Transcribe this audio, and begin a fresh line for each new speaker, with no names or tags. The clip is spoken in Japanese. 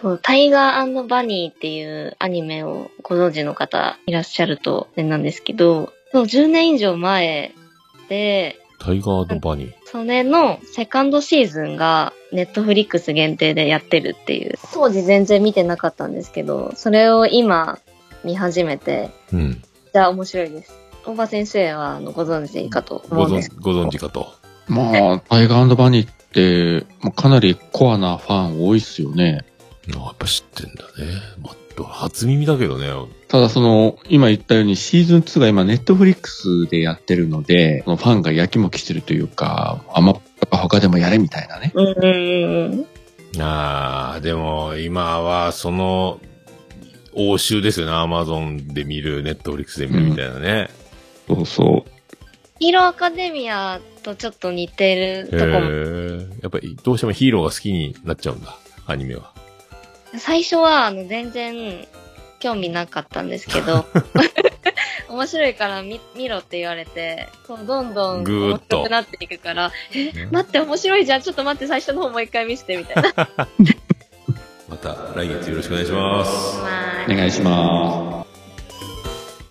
そう、タイガーバニーっていうアニメをご存知の方いらっしゃると、なんですけど、そう、10年以上前で、
タイガーバニー。
それのセカンドシーズンがネットフリックス限定でやってるっていう。当時全然見てなかったんですけど、それを今見始めて、
うん。
じゃあ面白いです。大場先生はあのご存知かと
ご
思うんです。
存、ご存知かと。
まあ、タイガーバニーって、まあ、かなりコアなファン多いっすよね。
あやっぱ知ってんだね。まあ、初耳だけどね。
ただその、今言ったようにシーズン2が今ネットフリックスでやってるので、そのファンがやきもきしてるというか、アマプラ他でもやれみたいなね。
うんうんうん。
ああ、でも今はその、欧州ですよね。アマゾンで見る、ネットフリックスで見るみたいなね。
そうそ
ヒーローアカデミアとちょっと似てると
へ
こも。
え。やっぱりどうしてもヒーローが好きになっちゃうんだ。アニメは。
最初はあの全然興味なかったんですけ ど、面白いから見見ろって言われて、そうどんどん
ぐー
面
っと
白くなっていくから、
ね
待って面白いじゃん、ちょっと待って最初の方もう一回見せてみたい な。
また来月よろしくお願いします。
う。お願いします。